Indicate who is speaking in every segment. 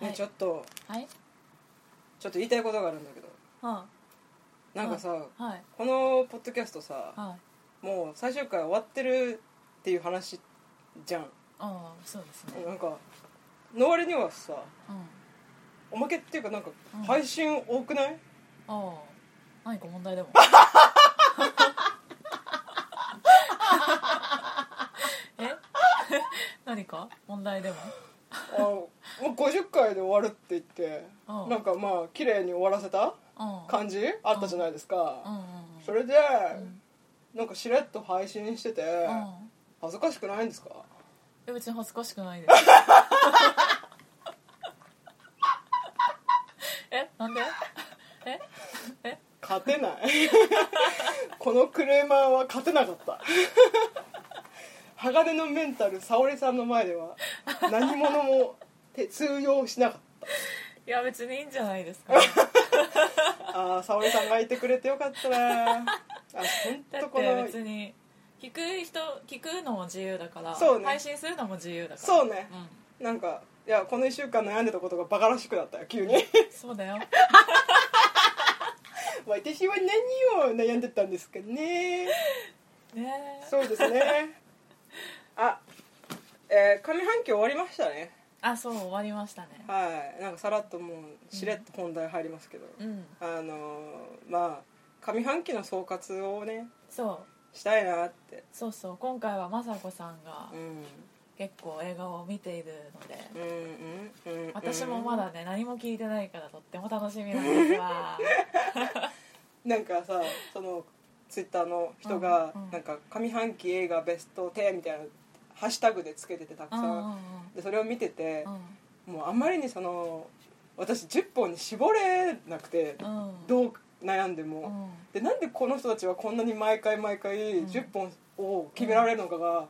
Speaker 1: ね
Speaker 2: はい
Speaker 1: ちょっと
Speaker 2: はい
Speaker 1: ちょっと言いたいことがあるんだけど
Speaker 2: は
Speaker 1: なんかさ、
Speaker 2: いはい
Speaker 1: このポッドキャストさ、
Speaker 2: はい
Speaker 1: もう最終回終わってるっていう話じゃん
Speaker 2: ああそうですね
Speaker 1: なんかの割にはさ
Speaker 2: うんあ
Speaker 1: おまけっていうかなんか
Speaker 2: うん
Speaker 1: 配信多くない、
Speaker 2: あ何か問題で もえ 何か問題でも
Speaker 1: あもう50回で終わるって言って
Speaker 2: うん
Speaker 1: なんかまあ綺麗に終わらせた
Speaker 2: うん
Speaker 1: 感じあったじゃないです
Speaker 2: うん
Speaker 1: か
Speaker 2: うん
Speaker 1: それでなんかしれっと配信してて
Speaker 2: うんうん
Speaker 1: 恥ずかしくないんですか
Speaker 2: え別に恥ずかしくないです えなんでえ
Speaker 1: 勝てない このクレーマーは勝てなかった 鋼のメンタル沙織さんの前では何者もて通用しなかっ
Speaker 2: いや別にいいんじゃないですか
Speaker 1: たああ沙織さんがいてくれてよかったなあ本
Speaker 2: だ
Speaker 1: 当
Speaker 2: っ
Speaker 1: この
Speaker 2: て別に聞く人聞くのも自由だから、
Speaker 1: そうね
Speaker 2: 配信するのも自由だから
Speaker 1: そうね
Speaker 2: うん、
Speaker 1: なんかいやこの1週間悩んでたことがバカらしくなったよ急に
Speaker 2: そうだよ
Speaker 1: 私は何を悩んでたんですかね
Speaker 2: ねえ
Speaker 1: そうですねあえー上半期終わりましたね
Speaker 2: あそう終わりましたね
Speaker 1: はいなんかさらっともうしれっと本題入りますけど、
Speaker 2: うん
Speaker 1: あのーまあ上半期の総括をね
Speaker 2: そう
Speaker 1: したいなって
Speaker 2: そうそう今回は雅子さんが
Speaker 1: うん
Speaker 2: 結構映画を見ているので
Speaker 1: うんうんうん
Speaker 2: 私もまだね何も聞いてないからとっても楽しみなんです わ
Speaker 1: なんかさそのツイッターの人が、
Speaker 2: うんうん
Speaker 1: なんか上半期映画ベスト10みたいなハッシュタグでつけててたく
Speaker 2: うん
Speaker 1: さ
Speaker 2: うん
Speaker 1: ん、
Speaker 2: うん
Speaker 1: でそれを見てて
Speaker 2: う、
Speaker 1: もうあんまりにその私10本に絞れなくて、
Speaker 2: んうん
Speaker 1: どう悩んで
Speaker 2: う
Speaker 1: も、
Speaker 2: ん
Speaker 1: でなんでこの人たちはこんなに毎回毎回
Speaker 2: ん
Speaker 1: 10本を決められるのかが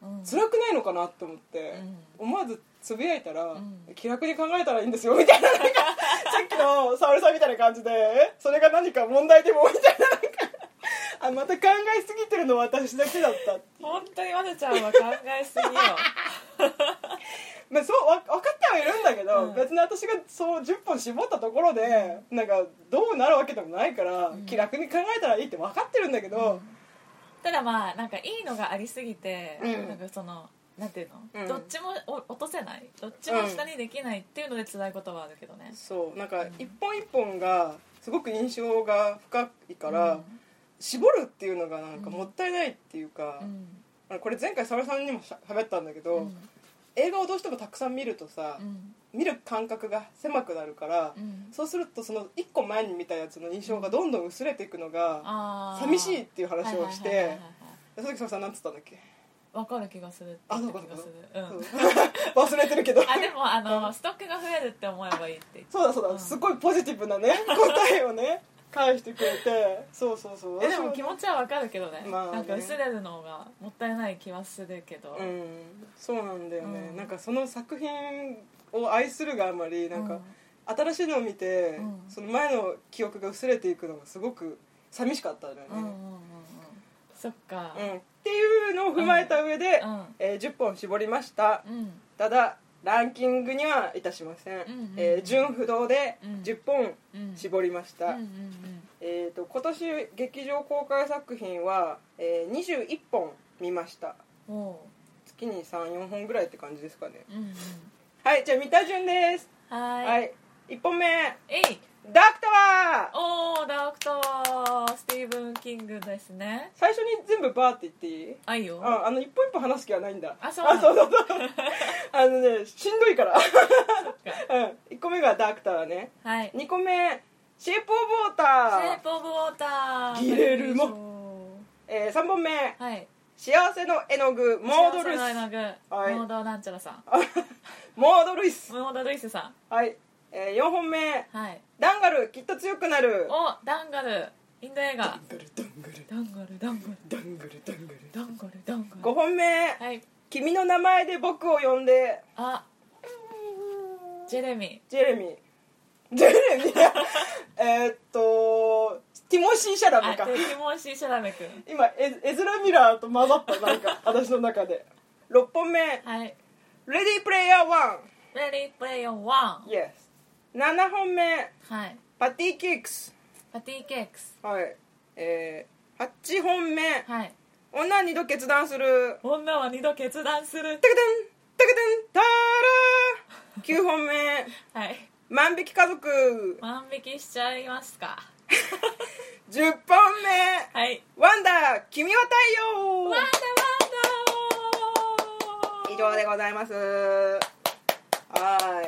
Speaker 2: うん
Speaker 1: 辛くないのかなって思って、思わずつぶやいたら、
Speaker 2: うん
Speaker 1: 気楽に考えたらいいんですよみたいななんかさっきの沙織さんみたいな感じでえそれが何か問題でもみたいななんかあまた考えすぎてるの私だけだったっていう
Speaker 2: 本当にまなちゃんは考えす ぎよ
Speaker 1: まあ、そうわ分かってはいるんだけど、
Speaker 2: うん
Speaker 1: 別に私がそう10本絞ったところで、なんかどうなるわけでもないから、
Speaker 2: ん
Speaker 1: 気楽に考えたらいいって分かってるんだけど、
Speaker 2: ただまあなんかいいのがありすぎて、
Speaker 1: うん
Speaker 2: なんかそのなんていうの、
Speaker 1: うん
Speaker 2: どっちもお落とせないどっちも下にできないっていうので辛いことはあるけどね、
Speaker 1: そうなんか一本一本がすごく印象が深いから、
Speaker 2: うん
Speaker 1: 絞るっていうのがなんかもったいないっていうか、
Speaker 2: うん
Speaker 1: あのこれ前回沙織さんにもしゃ喋ったんだけど、
Speaker 2: うん
Speaker 1: 映画をどうしてもたくさん見るとさ、
Speaker 2: うん
Speaker 1: 見る感覚が狭くなるから、
Speaker 2: うん
Speaker 1: そうするとその1個前に見たやつの印象がどんどん薄れていくのが
Speaker 2: あー
Speaker 1: 寂しいっていう話をし
Speaker 2: はいはいはい
Speaker 1: て
Speaker 2: はいはい
Speaker 1: その時沙織さんなんつったんだっけ、
Speaker 2: わかる気がする
Speaker 1: あそう
Speaker 2: か
Speaker 1: かそ
Speaker 2: 気が
Speaker 1: うか
Speaker 2: する、うん、
Speaker 1: そう 忘れてるけど
Speaker 2: あでもあのストックが増えるって思えばいいって言って
Speaker 1: そうだそうだ、
Speaker 2: ん
Speaker 1: すごいポジティブなね答えをね返してくれてそうそうそう
Speaker 2: えでも気持ちはわかるけどね,、
Speaker 1: まあね
Speaker 2: なんか薄れるのがもったいない気はするけど、
Speaker 1: うんそうなんだよね、
Speaker 2: うん
Speaker 1: なんかその作品を愛するがあまりなんか、新しいのを見て、
Speaker 2: うん
Speaker 1: その前の記憶が薄れていくのがすごく寂しかったんだよね、
Speaker 2: うん、うんうんうんうんそっか
Speaker 1: うんっていうのを踏まえた上で、
Speaker 2: うん
Speaker 1: えー10本絞りました
Speaker 2: うん、
Speaker 1: ただランキングにはいたしません、
Speaker 2: んうんうん
Speaker 1: えー純不動で
Speaker 2: うん
Speaker 1: 10本
Speaker 2: うん、
Speaker 1: 絞りました、
Speaker 2: うんうん
Speaker 1: えー、と今年劇場公開作品は、えー21本見ました
Speaker 2: うんおう
Speaker 1: 月に34本ぐらいって感じですかね
Speaker 2: うんうん
Speaker 1: はいじゃあ見た順です
Speaker 2: は
Speaker 1: は
Speaker 2: ー
Speaker 1: い、
Speaker 2: い、
Speaker 1: 1本目
Speaker 2: えい
Speaker 1: ダークタワー
Speaker 2: おーダークタワースティーブン・キングですね
Speaker 1: 最初に全部バーって言っていい
Speaker 2: あいいよ
Speaker 1: ああの一本一本話す気はないんだ
Speaker 2: あそうなんだ
Speaker 1: そうそうそう あのねしんどいから、うん、1個目 がダークタワーね
Speaker 2: はいシ
Speaker 1: 2個目シェイプオブウォー
Speaker 2: ェイ
Speaker 1: ター
Speaker 2: プ・オブ・ウォーター
Speaker 1: ギレルモえー、3本目
Speaker 2: はい
Speaker 1: 幸せの絵の具モードルイス
Speaker 2: 幸せの絵の具
Speaker 1: はい
Speaker 2: モードなんちゃらさん
Speaker 1: モードルイス
Speaker 2: モードルイスさ
Speaker 1: はい、えー、4本目
Speaker 2: んはい
Speaker 1: ダンガルきっと強くなる
Speaker 2: おダンガルインド映画
Speaker 1: ダンガルダンガル
Speaker 2: ダンガルダンガル
Speaker 1: ダンガルダンガル
Speaker 2: ダンガルダンガ
Speaker 1: 5
Speaker 2: ル
Speaker 1: 本目
Speaker 2: はい
Speaker 1: 君の名前で僕を呼んで
Speaker 2: あジェレミ
Speaker 1: ジェレミージェレミー えーっとティモシー・シャラ
Speaker 2: ー
Speaker 1: ム
Speaker 2: あ
Speaker 1: か
Speaker 2: テティモンシー・シャラメ君
Speaker 1: 今エエズラ・ミラーと 混ざったなんか私の中で6本目
Speaker 2: はい
Speaker 1: 「レディープレイヤー1」
Speaker 2: Ready Player One
Speaker 1: Yes 7本目
Speaker 2: はい
Speaker 1: パティケークス
Speaker 2: パティケークス
Speaker 1: はいえー、8本目、
Speaker 2: はい
Speaker 1: 女に度決断する
Speaker 2: 女は二度決断する
Speaker 1: タカタンタカタンタラー9本目
Speaker 2: はい
Speaker 1: 万引き家族
Speaker 2: 万引きしちゃいますか
Speaker 1: 10本目
Speaker 2: はい
Speaker 1: ワンダー君は
Speaker 2: ワン
Speaker 1: 太
Speaker 2: ダ
Speaker 1: 陽
Speaker 2: ワンダ
Speaker 1: 以上でございますは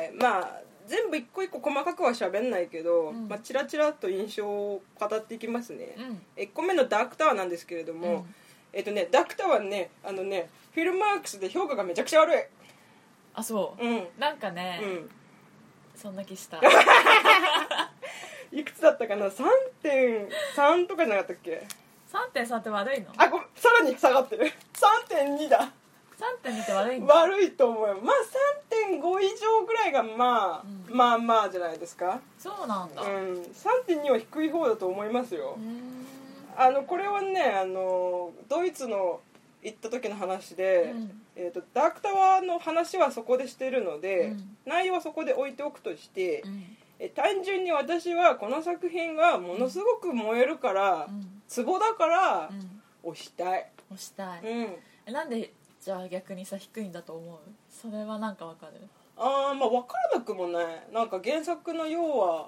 Speaker 1: ーいまあ全部一個一個細かくは喋んないけど、
Speaker 2: うん
Speaker 1: まあ、チラチラと印象を語っていきますね、
Speaker 2: うん
Speaker 1: 1個目のダークタワーなんですけれども、
Speaker 2: うん
Speaker 1: えっとねダークタワーねあのねフィルマークスで評価がめちゃくちゃ悪い
Speaker 2: あそう、
Speaker 1: うん、
Speaker 2: なんかね、
Speaker 1: うん、
Speaker 2: そんな気し た
Speaker 1: いくつだったかな3.3とかじゃなかったっけ
Speaker 2: 3.3って悪いの
Speaker 1: あごめんさらに下がってる3.2だ
Speaker 2: 3.2って悪いの
Speaker 1: 悪いと思うよまあ3.5以上ぐらいがまあ、
Speaker 2: うん
Speaker 1: まあまあじゃないですか
Speaker 2: そうなん
Speaker 1: う
Speaker 2: だ、うん
Speaker 1: 3.2は低い方だと思いますよ
Speaker 2: ーん
Speaker 1: あのこれはねあのドイツの行った時の話で、
Speaker 2: うん
Speaker 1: えー、とダークタワーの話はそこでしてるので、
Speaker 2: うん
Speaker 1: 内容はそこで置いておくとして、
Speaker 2: うん
Speaker 1: え単純に私はこの作品がものすごく燃えるから、
Speaker 2: うん
Speaker 1: ツボだから
Speaker 2: うん
Speaker 1: 押したい、
Speaker 2: 押したい、
Speaker 1: うん、
Speaker 2: えなんでじゃあ逆にさ低いんだと思うそれはなんかわかる
Speaker 1: あーまあ分からなくもないなんか原作の要は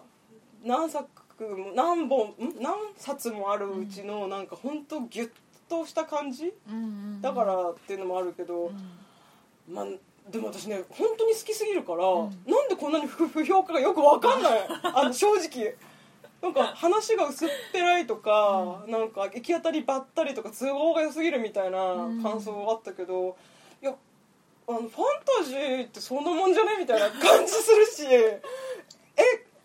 Speaker 1: 何作も何本ん何冊もあるうちのなんか本当ギュッとした感じ
Speaker 2: うんうん
Speaker 1: だからっていうのもあるけど、まあでも私ね本当に好きすぎるから、
Speaker 2: うん
Speaker 1: なんでこんなに不不評価がよく分かんない あの正直なんか話が薄っぺらいとか、なんか行き当たりばったりとか都合が良すぎるみたいな
Speaker 2: うん
Speaker 1: 感想あったけど、いやあのファンタジーってそんなもんじゃねみたいな感じするしえ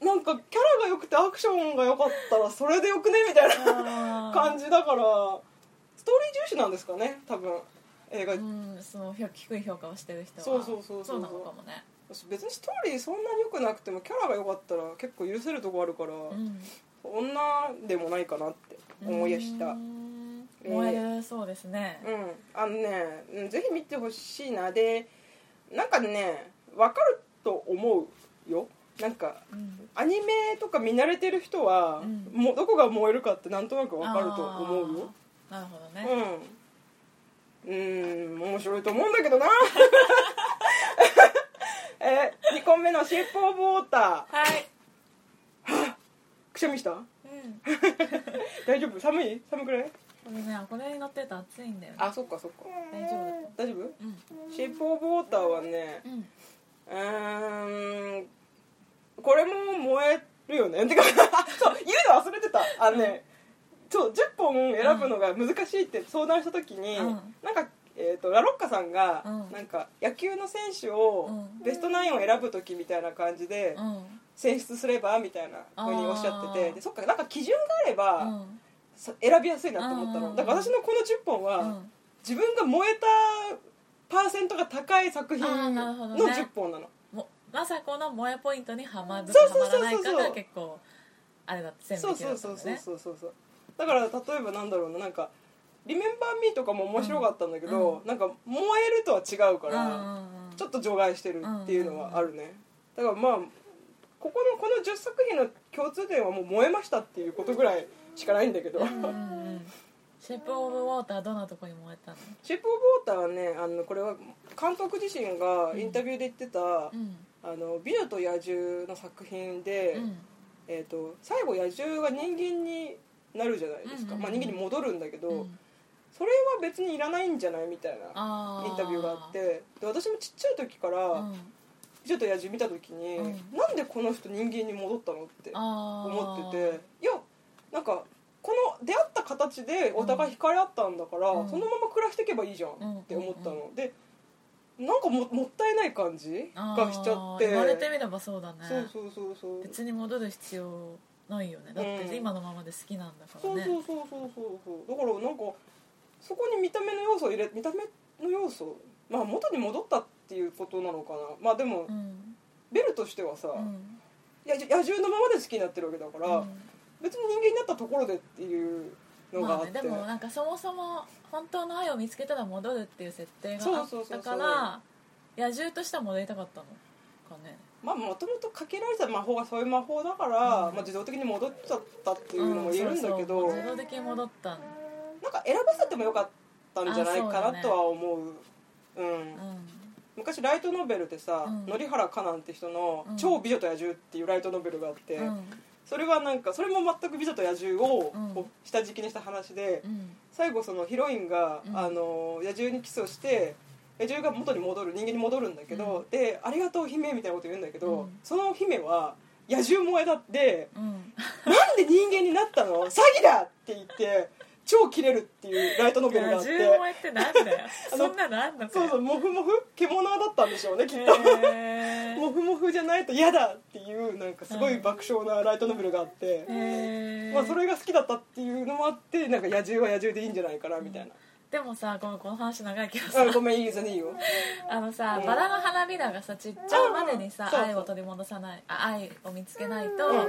Speaker 1: なんかキャラが良くてアクションが良かったらそれでよくねみたいな感
Speaker 2: じ
Speaker 1: じだからストーリー重視なんですかね多分映画
Speaker 2: うんそのひょ低い評価をしてる人は
Speaker 1: そうそうそうそうそう
Speaker 2: なのかもね
Speaker 1: 別にストーリーそんなに良くなくてもキャラが良かったら結構許せるとこあるから、
Speaker 2: うん
Speaker 1: 女でもないかなって思いやしたう、
Speaker 2: うんん
Speaker 1: えー
Speaker 2: 燃えるそうですね
Speaker 1: あのねうんぜひ見てほしいなでなんかね分かると思うよなんか
Speaker 2: うん
Speaker 1: アニメとか見慣れてる人は、
Speaker 2: うん
Speaker 1: もうどこが燃えるかってなんとなく分かると思うよ
Speaker 2: あーなるほどね
Speaker 1: うん、うん、面白いと思うんだけ どな え2個目の「シェイプ・オブ・ウォーター」
Speaker 2: はい
Speaker 1: くしゃみした
Speaker 2: うん
Speaker 1: 大丈夫寒い寒くない
Speaker 2: これねこれに乗ってると暑いんだよね
Speaker 1: そっかそっか
Speaker 2: 大丈夫だと
Speaker 1: 大丈夫
Speaker 2: うん
Speaker 1: シェイプ・オブ・ウォーターはね
Speaker 2: うん
Speaker 1: うーんこれも燃えるよねてか そう言うの忘れてたあのね、そう10本選ぶのが難しいって相談した時に、
Speaker 2: うん
Speaker 1: なんかえー、とラロッカさんが、
Speaker 2: うん
Speaker 1: なんか野球の選手を、
Speaker 2: うん
Speaker 1: ベストナインを選ぶ時みたいな感じで、
Speaker 2: うん
Speaker 1: 選出すればみたいなふうにおっしゃって
Speaker 2: あ
Speaker 1: て
Speaker 2: ー
Speaker 1: でそっかなんか基準があれば、
Speaker 2: うん
Speaker 1: さ選びやすいなと思った
Speaker 2: うんうんう
Speaker 1: の
Speaker 2: ん
Speaker 1: だから私のこの10本は、
Speaker 2: うん
Speaker 1: 自分が燃えたパーセントが高い作品
Speaker 2: あーなるほど
Speaker 1: の
Speaker 2: ね
Speaker 1: 10本なの
Speaker 2: もまさこの萌えポイントにはまる
Speaker 1: そうそう
Speaker 2: は
Speaker 1: そ
Speaker 2: ま
Speaker 1: うそう
Speaker 2: らないかが結構あれだって
Speaker 1: そう
Speaker 2: 全部きる
Speaker 1: そ
Speaker 2: ん
Speaker 1: う
Speaker 2: だ
Speaker 1: そ
Speaker 2: よ
Speaker 1: うそう
Speaker 2: ね
Speaker 1: そうそうそうだから例えばなんだろうななんか「リメンバー・ミー」とかも面白かったんだけど、なんか燃えるとは違うか
Speaker 2: うん
Speaker 1: ら、
Speaker 2: うんうん
Speaker 1: ちょっと除外してるっていうのはあるね、だからまあここのこの10作品の共通点はもう燃えましたっていうことぐらいしかないんだけど、
Speaker 2: うんうんうんシェイプ・オブ・ウォーターどんなとこに燃えたの
Speaker 1: シェイプ・オブ・ウォーターはねあのこれは監督自身がインタビューで言ってた「
Speaker 2: うん
Speaker 1: あの美女と野獣」の作品で、
Speaker 2: うん
Speaker 1: えー、と最後野獣が人間になるじゃないですか、
Speaker 2: うんうんうん
Speaker 1: まあ、人間に戻るんだけど、
Speaker 2: うん
Speaker 1: それは別にいらないんじゃないみたいな
Speaker 2: あ
Speaker 1: インタビューがあってで私もちっちゃい時から
Speaker 2: うん
Speaker 1: 「美女と野獣」見た時に、
Speaker 2: うん
Speaker 1: なんでこの人人間に戻ったのって
Speaker 2: あー
Speaker 1: 思ってていやなんかこの出会った形でお互い惹かれ合ったんだから、
Speaker 2: うん
Speaker 1: そのまま暮らしていけばいいじゃんって思ったの、でなんかももったいない感じ
Speaker 2: あ
Speaker 1: がしちゃって
Speaker 2: ー言われてみればそうだね
Speaker 1: そうそうそうそう
Speaker 2: 別に戻る必要ないよねだっ
Speaker 1: うん
Speaker 2: て今のままで好きなんだか
Speaker 1: そう
Speaker 2: ら
Speaker 1: そう
Speaker 2: ね
Speaker 1: そうそうそうそうだからなんかそこに見た目の要素を入れ見た目の要素まあ元に戻ったっていうことなのかなまあでも
Speaker 2: うん
Speaker 1: ベルとしてはさ、
Speaker 2: うん
Speaker 1: 野獣野獣のままで好きになってるわけだから、
Speaker 2: うん
Speaker 1: 別に人間になったところでっていうのがあ
Speaker 2: まあ
Speaker 1: っ
Speaker 2: ね、
Speaker 1: て、
Speaker 2: でもなんかそもそも本当の愛を見つけたら戻るっていう設定が
Speaker 1: そ
Speaker 2: あ
Speaker 1: うそう
Speaker 2: っ
Speaker 1: そうそ
Speaker 2: た
Speaker 1: う
Speaker 2: から野獣としては戻りたかったのかかね
Speaker 1: まあもともとかけられた魔法がそういう魔法だから、
Speaker 2: う
Speaker 1: ま
Speaker 2: ん
Speaker 1: あ、自動的に戻っちゃったっていうのもいるんだけど、
Speaker 2: うんそうそう自動的に戻ったん
Speaker 1: なんか選ばせてもよかったんじゃない
Speaker 2: あそうだ
Speaker 1: か
Speaker 2: ね
Speaker 1: なとは思うう、ん
Speaker 2: う、ん
Speaker 1: 昔ライトノベルでさ、
Speaker 2: うん
Speaker 1: 典原かなんて人の
Speaker 2: うん
Speaker 1: 「超美女と野獣」っていうライトノベルがあって、
Speaker 2: うん
Speaker 1: それはなんかそれも全く「美女と野獣」を
Speaker 2: うん
Speaker 1: こう下敷きにした話で、
Speaker 2: うん
Speaker 1: 最後そのヒロインが、
Speaker 2: うん
Speaker 1: あの野獣にキスをして野獣が元に戻る人間に戻るんだけど、で「ありがとう姫」みたいなこと言うんだけど、
Speaker 2: うん
Speaker 1: その姫は野獣萌えだって
Speaker 2: うん
Speaker 1: 「なんで人間になった の詐欺だ!」って言って超キレるっていうライトノベルがあ
Speaker 2: 野
Speaker 1: って
Speaker 2: 獣萌えってなんだよ
Speaker 1: あの
Speaker 2: そんなのあんのか
Speaker 1: そうそうモフモフ獣だったんでしょうねきっと。
Speaker 2: へー
Speaker 1: モフモフじゃないと嫌だっていうなんかすごい爆笑なライトノベルがあって、
Speaker 2: へー
Speaker 1: まあ、それが好きだったっていうのもあってなんか野獣は野獣でいいんじゃないかなみたいな、
Speaker 2: でもさごめんこの話長いけど
Speaker 1: あ
Speaker 2: さ
Speaker 1: ごめんいいよ全然いいよ
Speaker 2: あのさ、
Speaker 1: うん
Speaker 2: バラの花びらがさちっちゃいまでにさ、
Speaker 1: うんそうそう
Speaker 2: 愛を取り戻さないあ愛を見つけないと
Speaker 1: う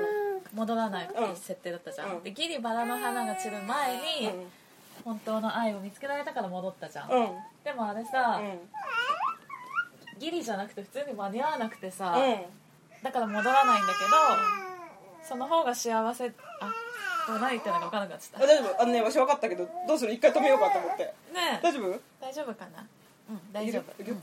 Speaker 2: 戻らないっていう設定だったじゃん、
Speaker 1: うん
Speaker 2: でギリバラの花が散る前
Speaker 1: うん
Speaker 2: に、本当の愛を見つけられたから戻ったじゃん、
Speaker 1: うん
Speaker 2: でもあれさ、
Speaker 1: うん
Speaker 2: ギリじゃなくて普通に間に合わなくてさ、
Speaker 1: うん
Speaker 2: だから戻らないんだけどその方が幸せあこれ何言ってるのか分からなくなっちゃ
Speaker 1: あ
Speaker 2: った
Speaker 1: 大丈夫あのねわし分かったけどどうする一回止めようかと思って
Speaker 2: ねえ
Speaker 1: 大丈夫
Speaker 2: 大丈夫かなうん大丈夫
Speaker 1: いけるいける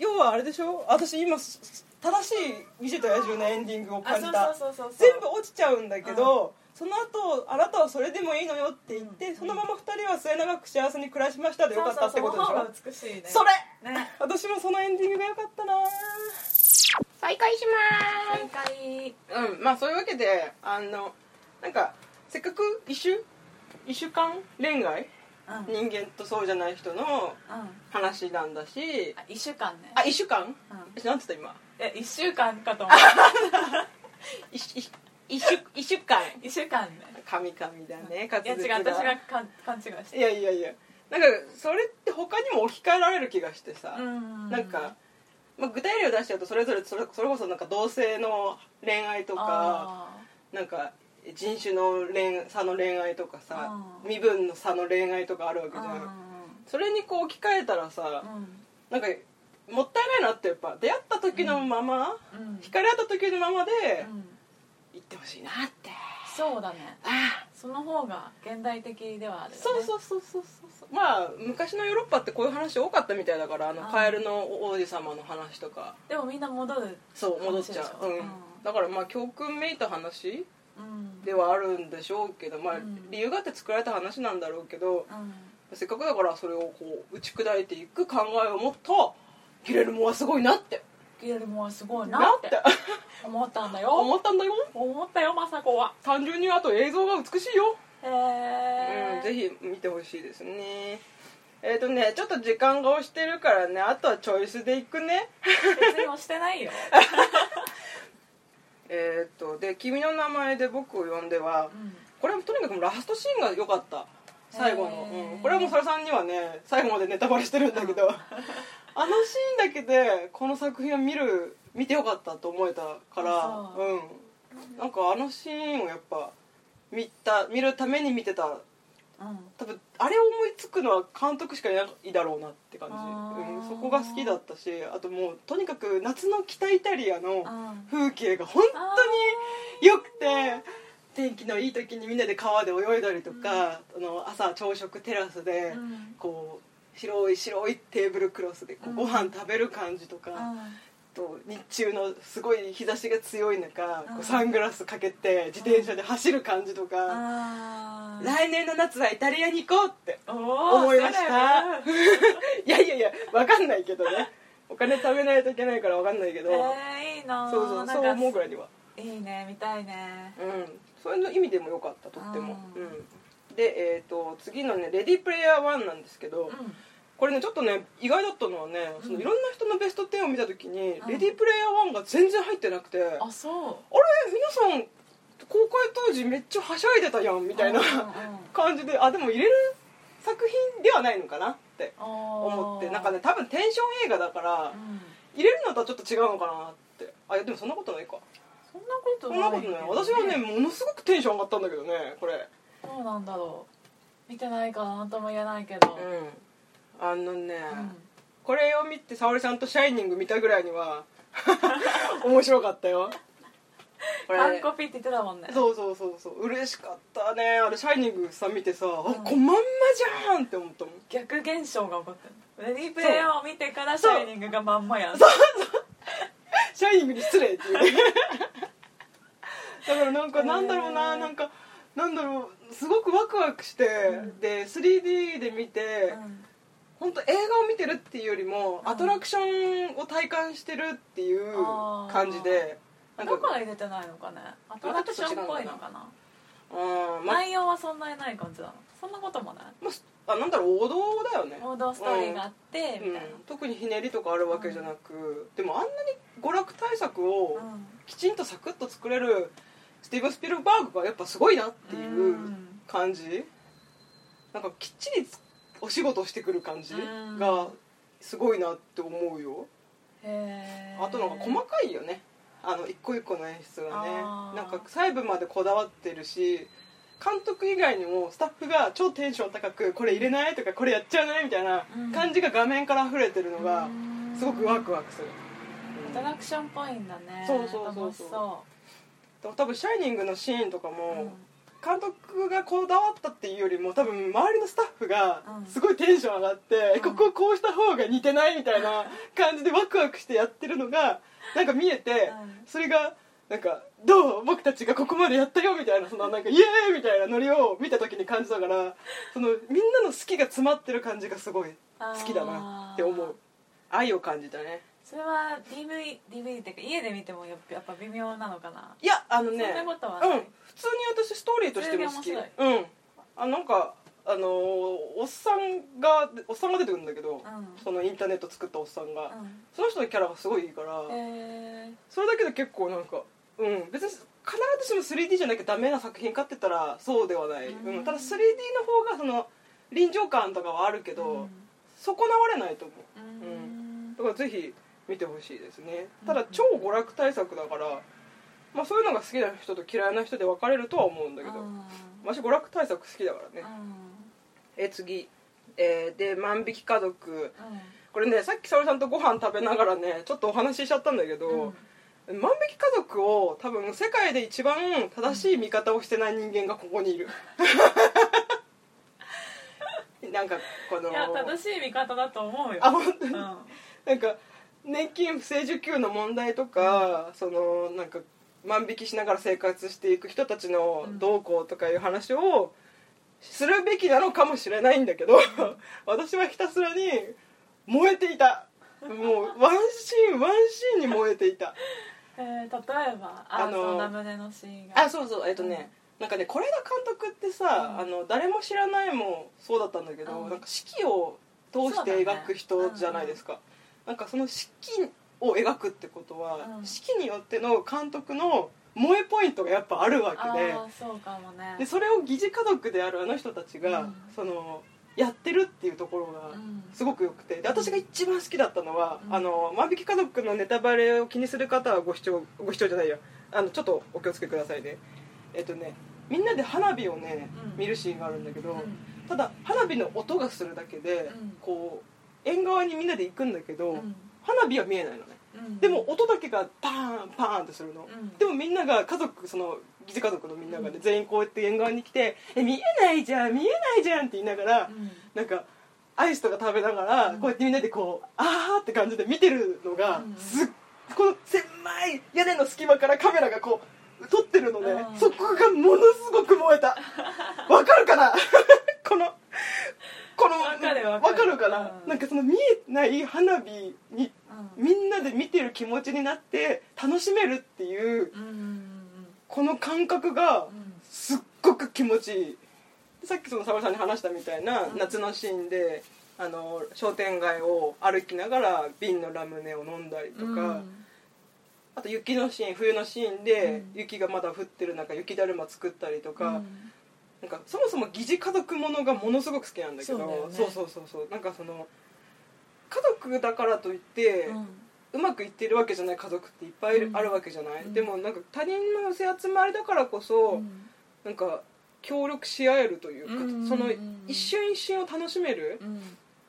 Speaker 1: 要はあれでしょ私今すす正しい「美女と野獣」のエンディングを
Speaker 2: あ
Speaker 1: 感
Speaker 2: そ
Speaker 1: じ
Speaker 2: う
Speaker 1: た
Speaker 2: そうそうそうそう
Speaker 1: 全部落ちちゃうんだけど、その後あなたはそれでもいいのよって言って、そのまま2人は末永く幸せに暮らしましたでよかったってことでしょ
Speaker 2: そうそうそうその方が美しいね
Speaker 1: それ
Speaker 2: ね
Speaker 1: 私もそのエンディングが良かったな再開し
Speaker 2: 正解
Speaker 1: すうんまあそういうわけであのなんかせっかく一週一週間恋愛
Speaker 2: うん
Speaker 1: 人間とそうじゃない人の
Speaker 2: うん
Speaker 1: 話なんだし
Speaker 2: あ一週間ね
Speaker 1: あ一週間、
Speaker 2: う
Speaker 1: なんつった今
Speaker 2: え一週間かと思った
Speaker 1: 一一一週一週間
Speaker 2: 一週間ね
Speaker 1: 神々だね
Speaker 2: いや
Speaker 1: 滑舌が
Speaker 2: 違う私がかん勘違いして
Speaker 1: いやいやいやなんかそれって他にも置き換えられる気がしてさ、
Speaker 2: ん
Speaker 1: なんか、まあ、具体例を出しちゃうとそれぞれそれそれこそなんか同性の恋愛とか
Speaker 2: あ
Speaker 1: なんか人種の恋差の恋愛とかさ
Speaker 2: あー
Speaker 1: 身分の差の恋愛とかあるわけ
Speaker 2: ー
Speaker 1: じゃ
Speaker 2: あ
Speaker 1: んそれにこう置き換えたらさ
Speaker 2: ーう
Speaker 1: なんかもったいないなってやっぱ出会った時のまま、
Speaker 2: んうん
Speaker 1: 惹かれ合った時のままで
Speaker 2: うん
Speaker 1: 行ってほしいなって
Speaker 2: そうだね
Speaker 1: ああ
Speaker 2: その方が現代的ではあるよね
Speaker 1: そうそうそうそうそうそうまあ昔のヨーロッパってこういう話多かったみたいだからあの
Speaker 2: あー
Speaker 1: カエルの王子様の話とか
Speaker 2: でもみんな戻る
Speaker 1: そう戻っちゃう、
Speaker 2: 話でしょ
Speaker 1: うん
Speaker 2: うん
Speaker 1: だからまあ教訓めいた話
Speaker 2: うん
Speaker 1: ではあるんでしょうけど、まあ
Speaker 2: うん、
Speaker 1: 理由があって作られた話なんだろうけど
Speaker 2: うん
Speaker 1: せっかくだからそれをこう打ち砕いていく考えを持ったギレルモはすごいなって
Speaker 2: ギレルモはすごい
Speaker 1: な
Speaker 2: なっ
Speaker 1: ってて
Speaker 2: 思ったんだ
Speaker 1: 思
Speaker 2: よ
Speaker 1: ったんだよ
Speaker 2: 思ったよ雅子は
Speaker 1: 単純にあと映像が美しいよ、
Speaker 2: へ
Speaker 1: うん、ぜ
Speaker 2: え
Speaker 1: ひ見てほしいですねえっ、とねちょっと時間が押してるからねあとはチョイスでいくね
Speaker 2: 別に押してないよ
Speaker 1: えっ、とで「君の名前で僕を呼んでは」これはとにかくもうラストシーンが良かった最後の、
Speaker 2: へー
Speaker 1: うんこれはもうそらさんにはね最後までネタバレしてるんだけど あのシーンだけでこの作品を見る見てよかったと思えたから
Speaker 2: あそう
Speaker 1: うんなんかあのシーンをやっぱ見た見るために見てた
Speaker 2: うんうん
Speaker 1: 多分あれを思いつくのは監督しかいないだろうなって感
Speaker 2: あ
Speaker 1: じ、
Speaker 2: ー
Speaker 1: うん、そこが好きだったしあともうとにかく夏の北イタリアの
Speaker 2: うん
Speaker 1: 風景が本当によくて天気のいい時にみんなで川で泳いだりとか、あの朝朝食テラスで
Speaker 2: うん
Speaker 1: こう白い白いテーブルクロスでこ
Speaker 2: う
Speaker 1: うんご飯食べる感じとか、あと日中のすごい日差しが強い中、
Speaker 2: うん
Speaker 1: こうサングラスかけて自転車で走る感じとか、
Speaker 2: あー
Speaker 1: 来年の夏はイタリアに行こうって
Speaker 2: 思
Speaker 1: 思いました、いやいやいやわかんないけどねお金貯めないといけないからわかんないけど、
Speaker 2: えー、いいなー
Speaker 1: そうそう
Speaker 2: なん
Speaker 1: そう
Speaker 2: か
Speaker 1: 思うぐらいにはい
Speaker 2: いね見たいね
Speaker 1: うん、そういう意味でも良かったとっても
Speaker 2: あ、ー
Speaker 1: うん、で、えー、と次のね「レディープレイヤー1」なんですけど、
Speaker 2: うんこ
Speaker 1: これねちょっとね意外だったのはね、
Speaker 2: うん
Speaker 1: そのいろんな人のベスト10を見た時に「
Speaker 2: うん
Speaker 1: レディープレイヤー1」が全然入ってなくて、あれ
Speaker 2: あそう
Speaker 1: 皆さん公開当時めっちゃはしゃいでたやんみたいな
Speaker 2: うんうんうん
Speaker 1: 感じであでも入れる作品ではないのかなって
Speaker 2: あー
Speaker 1: 思ってなんかね多分テンション映画だから
Speaker 2: うん
Speaker 1: 入れるのとはちょっと違うのかなってあいやでもそんなことないか
Speaker 2: そんなこと
Speaker 1: そ
Speaker 2: なんい
Speaker 1: なことない私はねものすごくテンション上がったんだけどねこれ
Speaker 2: どうなんだろう見てないから何とも言えないけど
Speaker 1: うんあのね、
Speaker 2: うん
Speaker 1: これを見て沙織さんと「シャイニング」見たぐらいには 面白かったよこれ
Speaker 2: 完コピって言ってたもんね
Speaker 1: そうそうそうそう嬉しかったねあれ「シャイニング」さ見てさ、あこまんまじゃんって思ったもん
Speaker 2: 逆現象が起こってるレディープレイヤーを見てからシャイニングがまんまや
Speaker 1: 「
Speaker 2: ん
Speaker 1: シャイニングに失礼」っていうだからなんかなんだろうな、
Speaker 2: へー
Speaker 1: なんかなんだろうすごくワクワクして、で 3D で見て、
Speaker 2: うん
Speaker 1: 本当映画を見てるっていうよりも、
Speaker 2: うん
Speaker 1: アトラクションを体感してるっていう
Speaker 2: あー
Speaker 1: 感じでな
Speaker 2: だ
Speaker 1: ん
Speaker 2: から入れてないのかねアトラクションっぽいのかな
Speaker 1: うんまあ
Speaker 2: 内容はそんなにない感じなのそんなこともない
Speaker 1: まあ、なんだろう王道だよね
Speaker 2: 王道ストーリーがあって
Speaker 1: うん
Speaker 2: みたいな
Speaker 1: 特にひねりとかあるわけじゃなく、でもあんなに娯楽対策を
Speaker 2: うん
Speaker 1: きちんとサクッと作れるスティーブン・スピルバーグがやっぱすごいなっていう
Speaker 2: うん
Speaker 1: 感じなんかきっちりつお仕事してくる感じ
Speaker 2: うん
Speaker 1: がすごいなって思うよ
Speaker 2: へー
Speaker 1: あとなんか細かいよねあの一個一個の演出がね
Speaker 2: あー
Speaker 1: なんか細部までこだわってるし監督以外にもスタッフが超テンション高くこれ入れないとかこれやっちゃわないみたいな
Speaker 2: うん
Speaker 1: 感じが画面から溢れてるのが
Speaker 2: うん
Speaker 1: すごくワクワクする、
Speaker 2: ア
Speaker 1: う
Speaker 2: ト
Speaker 1: ん
Speaker 2: ラクションっぽいんだね
Speaker 1: そうそうそう
Speaker 2: 楽し
Speaker 1: そう
Speaker 2: そ
Speaker 1: でも多分「シャイニング」のシーンとか
Speaker 2: う
Speaker 1: も
Speaker 2: うん
Speaker 1: 監督がこだわったっていうよりも多分周りのスタッフが
Speaker 2: うん
Speaker 1: すごいテンション上がって、
Speaker 2: うん
Speaker 1: こここうした方が似てないみたい な感じでワクワクしてやってるのがなんか見えて、
Speaker 2: うん
Speaker 1: それがなんか「どう僕たちがここまでやったよ」みたいなそのなんか「イエーイ!」みたいなノリを見た時に感じたからそのみんなの好きが詰まってる感じがすごい好きだなって思
Speaker 2: あー
Speaker 1: う愛を感じたね
Speaker 2: それは DV DVD っていうか家で見てもやっぱやっぱ微妙なのかない
Speaker 1: やあのね
Speaker 2: そんなことはない
Speaker 1: うん普通に私ストーリーとしても好き
Speaker 2: 普通に
Speaker 1: うんあなんかあのーおっさんがおっさんが出てくるんだけど、
Speaker 2: ん
Speaker 1: そのインターネット作ったおっさんが、
Speaker 2: う
Speaker 1: その人のキャラがすごいいいから、
Speaker 2: んへ
Speaker 1: それだけで結構なんかうん別に必ずしも 3D じゃなきゃダメな作品かって言ったらそうではない、う
Speaker 2: うん
Speaker 1: んただ 3D の方がその臨場感とかはあるけ
Speaker 2: ー
Speaker 1: ど、損なわれないと思う
Speaker 2: うん
Speaker 1: だからぜひ見てほしいですね
Speaker 2: うん
Speaker 1: ただ超娯楽対策だから、まあ、そういうのが好きな人と嫌いな人で分かれるとは思うんだけど
Speaker 2: うん
Speaker 1: 私娯楽対策好きだからねえ次、えーで「万引き家族
Speaker 2: うん」
Speaker 1: これねさっき沙織さんとご飯食べながらねちょっとお話ししちゃったんだけど、
Speaker 2: うん
Speaker 1: 万引き家族を多分世界で一番正しい見方をしてない人間がここに いるなんかこの
Speaker 2: いや正しい見方だと思うよ
Speaker 1: あ本当に
Speaker 2: うん
Speaker 1: なんか年金不正受給の問題とか、そのなんか万引きしながら生活していく人たちの
Speaker 2: うん
Speaker 1: 動向とかいう話をするべきなのかもしれないんだけど 私はひたすらに燃えていたもうワンシーンワンシーンに燃えていた
Speaker 2: えー例えばあ
Speaker 1: あのー
Speaker 2: のラムネのシーンが
Speaker 1: あそうそうえっとね、なんかね是枝監督ってさ、
Speaker 2: うん
Speaker 1: あの誰も知らないもそうだったんだけど、
Speaker 2: うん
Speaker 1: なんか四季を通して
Speaker 2: そうだ
Speaker 1: 描
Speaker 2: ね
Speaker 1: く人じゃないですか、なんかその四季を描くってことは、
Speaker 2: うん
Speaker 1: 四季によっての監督の萌えポイントがやっぱあるわ
Speaker 2: あ
Speaker 1: けで
Speaker 2: ーそうかもね
Speaker 1: でそれを疑似家族であるあの人たちが、
Speaker 2: うん
Speaker 1: そのやってるっていうところが
Speaker 2: うん
Speaker 1: すごく良くてで私が一番好きだったのは、
Speaker 2: うん
Speaker 1: あの万引き家族のネタバレを気にする方はご視聴ご視聴じゃないやあのちょっとお気をつけくださいねえっとねみんなで花火をね、
Speaker 2: うん
Speaker 1: 見るシーンがあるんだけど、
Speaker 2: うん
Speaker 1: ただ花火の音がするだけで、
Speaker 2: うん
Speaker 1: こう縁側にみんなで行くんだけど、
Speaker 2: うん
Speaker 1: 花火は見えないのね
Speaker 2: うん
Speaker 1: でも音だけがパーンパーンってするの、
Speaker 2: うん
Speaker 1: でもみんなが家族その疑似家族のみんながね、
Speaker 2: うん
Speaker 1: 全員こうやって縁側に来て「え見えないじゃん見えないじゃん」って言いながら、
Speaker 2: うん
Speaker 1: なんかアイスとか食べながら、
Speaker 2: うん
Speaker 1: こうやってみんなでこうあーって感じで見てるのが、
Speaker 2: うん
Speaker 1: すっこの狭い屋根の隙間からカメラがこう撮ってるので、
Speaker 2: うん
Speaker 1: そこがものすごく燃えた わかるかな このこの
Speaker 2: わかるわ
Speaker 1: わ
Speaker 2: か
Speaker 1: か
Speaker 2: る
Speaker 1: るかな、
Speaker 2: うん
Speaker 1: なんかその見えない花火に
Speaker 2: うん
Speaker 1: みんなで見てる気持ちになって楽しめるっていう
Speaker 2: うんうん
Speaker 1: この感覚が
Speaker 2: うんうん
Speaker 1: すっごく気持ちいいさっきその沙織さんに話したみたいな
Speaker 2: うん
Speaker 1: 夏のシーンで、あの商店街を歩きながら瓶のラムネを飲んだりとか、
Speaker 2: うん
Speaker 1: あと雪のシーン冬のシーンで
Speaker 2: うん
Speaker 1: 雪がまだ降ってる中雪だるま作ったりとか、
Speaker 2: うん
Speaker 1: なんかそもそも疑似家族ものがものすごく好きなんだけど
Speaker 2: そうだよね
Speaker 1: そうそうそうそうなんかその家族だからといって、
Speaker 2: うん
Speaker 1: うまくいってるわけじゃない家族っていっぱいいる
Speaker 2: うん
Speaker 1: あるわけじゃない、
Speaker 2: うん
Speaker 1: でもなんか他人の寄せ集まりだからこそ、
Speaker 2: うん
Speaker 1: なんか協力し合えるというか、
Speaker 2: うんうんうん
Speaker 1: その一瞬一瞬を楽しめる
Speaker 2: うん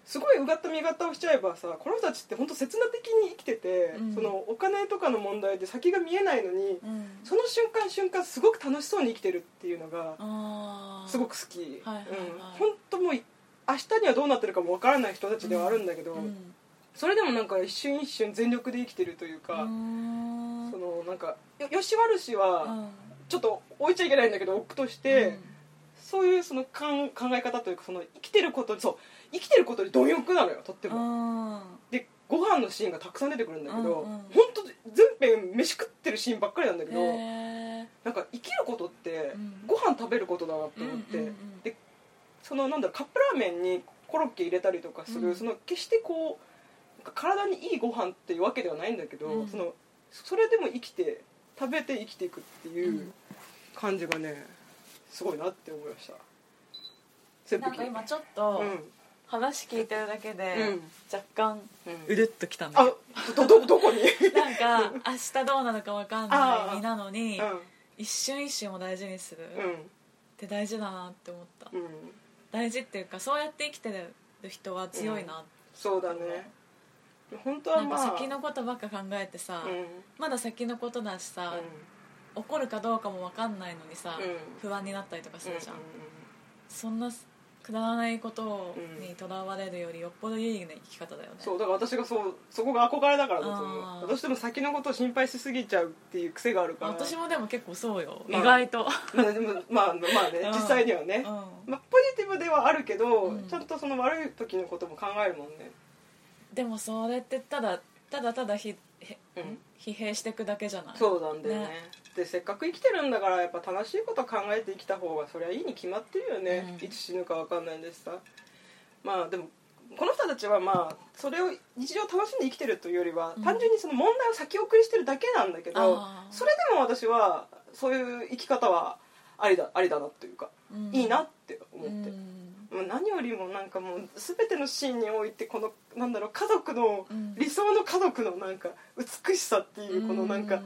Speaker 1: すごいうがった見方をしちゃえばさこの人たちって本当刹那的に生きてて、
Speaker 2: うん
Speaker 1: そのお金とかの問題で先が見えないのに
Speaker 2: うん
Speaker 1: その瞬間瞬間すごく楽しそうに生きてるっていうのが
Speaker 2: あー
Speaker 1: すごく好き
Speaker 2: はいはいはい
Speaker 1: 本当もう明日にはどうなってるかもわからない人たちではあるんだけど、
Speaker 2: うん
Speaker 1: それでもなんか一瞬一瞬全力で生きてるという
Speaker 2: う
Speaker 1: か、
Speaker 2: ん
Speaker 1: そのなんかよよし悪しは
Speaker 2: うん
Speaker 1: ちょっと置いちゃいけないんだけど置くとして、
Speaker 2: うん
Speaker 1: そういうその考え考え方というかその生きてることにそう生きてることに貪欲なのよとっても、
Speaker 2: うん
Speaker 1: でご飯のシーンがたくさん出てくるんだけど、
Speaker 2: うんうん
Speaker 1: 本当全編飯食ってるシーンばっかりなんだけど、
Speaker 2: へ
Speaker 1: なんか生きることって
Speaker 2: うん
Speaker 1: ご飯食べることだなと
Speaker 2: ー
Speaker 1: 思って、
Speaker 2: うんうんうん
Speaker 1: でそのなんだろうカップラーメンにコロッケ入れたりとかする、
Speaker 2: うん
Speaker 1: その決してこうなんか体にいいご飯っていうわけではないんだけど、
Speaker 2: うん
Speaker 1: そのそれでも生きて食べて生きていくっていううん感じがねすごいなって思いました全
Speaker 2: なんか今ちょっと
Speaker 1: うん
Speaker 2: 話聞いてるだけ
Speaker 1: う
Speaker 2: で
Speaker 1: ん
Speaker 2: 若干
Speaker 1: うん
Speaker 3: うるっときたんだ
Speaker 1: あどどどこに、
Speaker 2: なんか明日どうなのかわかん
Speaker 1: あー
Speaker 2: ない身なのに
Speaker 1: う
Speaker 2: 一瞬一瞬を大事にする
Speaker 1: ん
Speaker 2: っ、て大事だなって思った
Speaker 1: うんうん、
Speaker 2: 大事っていうかそうやって生きてる人は強いな
Speaker 1: そうだね本当は
Speaker 2: なん
Speaker 1: ま
Speaker 2: か
Speaker 1: あ
Speaker 2: 先のことばっか考えてさ
Speaker 1: うんうん
Speaker 2: まだ先のことだしさ怒るかどうかもわかんないのにさ
Speaker 1: うん
Speaker 2: 不安になったりとかするじゃん
Speaker 1: うん
Speaker 2: そんなくだらないこと
Speaker 1: うん
Speaker 2: にとらわれるよりよっぽど有意義な生き方だよね
Speaker 1: そうだから私がそうそこが憧れだからだと
Speaker 2: あ
Speaker 1: 思
Speaker 2: ー
Speaker 1: う私でも先のことを心配しすぎちゃうっていう癖があるから
Speaker 2: 私もでも結構そうよ意
Speaker 1: まあ
Speaker 2: 外と
Speaker 1: まあでもまあまあね
Speaker 2: うん
Speaker 1: 実際にはね、
Speaker 2: うん
Speaker 1: まあ、ポジティブではあるけど、
Speaker 2: うん
Speaker 1: ちゃんとその悪い時のことも考えるもんね
Speaker 2: でもそれってただただただひへ
Speaker 1: うん
Speaker 2: ん疲弊していくだけじゃない
Speaker 1: そうなんだよね
Speaker 2: ね
Speaker 1: でせっかく生きてるんだからやっぱ楽しいこと考えて生きた方がそりゃいいに決まってるよね、
Speaker 2: うん
Speaker 1: いつ死ぬか分かんないんですさまあでもこの人たちはまあそれを日常楽しんで生きてるというよりは、
Speaker 2: うん
Speaker 1: 単純にその問題を先送りしてるだけなんだけど
Speaker 2: あー
Speaker 1: それでも私はそういう生き方はありだありだなというか、
Speaker 2: うん
Speaker 1: いいなって思っ
Speaker 2: う
Speaker 1: て、
Speaker 2: ん
Speaker 1: もう何よりもなんかもう全てのシーンにおいてこのなんだろう家族の
Speaker 2: うん
Speaker 1: 理想の家族のなんか美しさっていうこのなん
Speaker 2: う
Speaker 1: か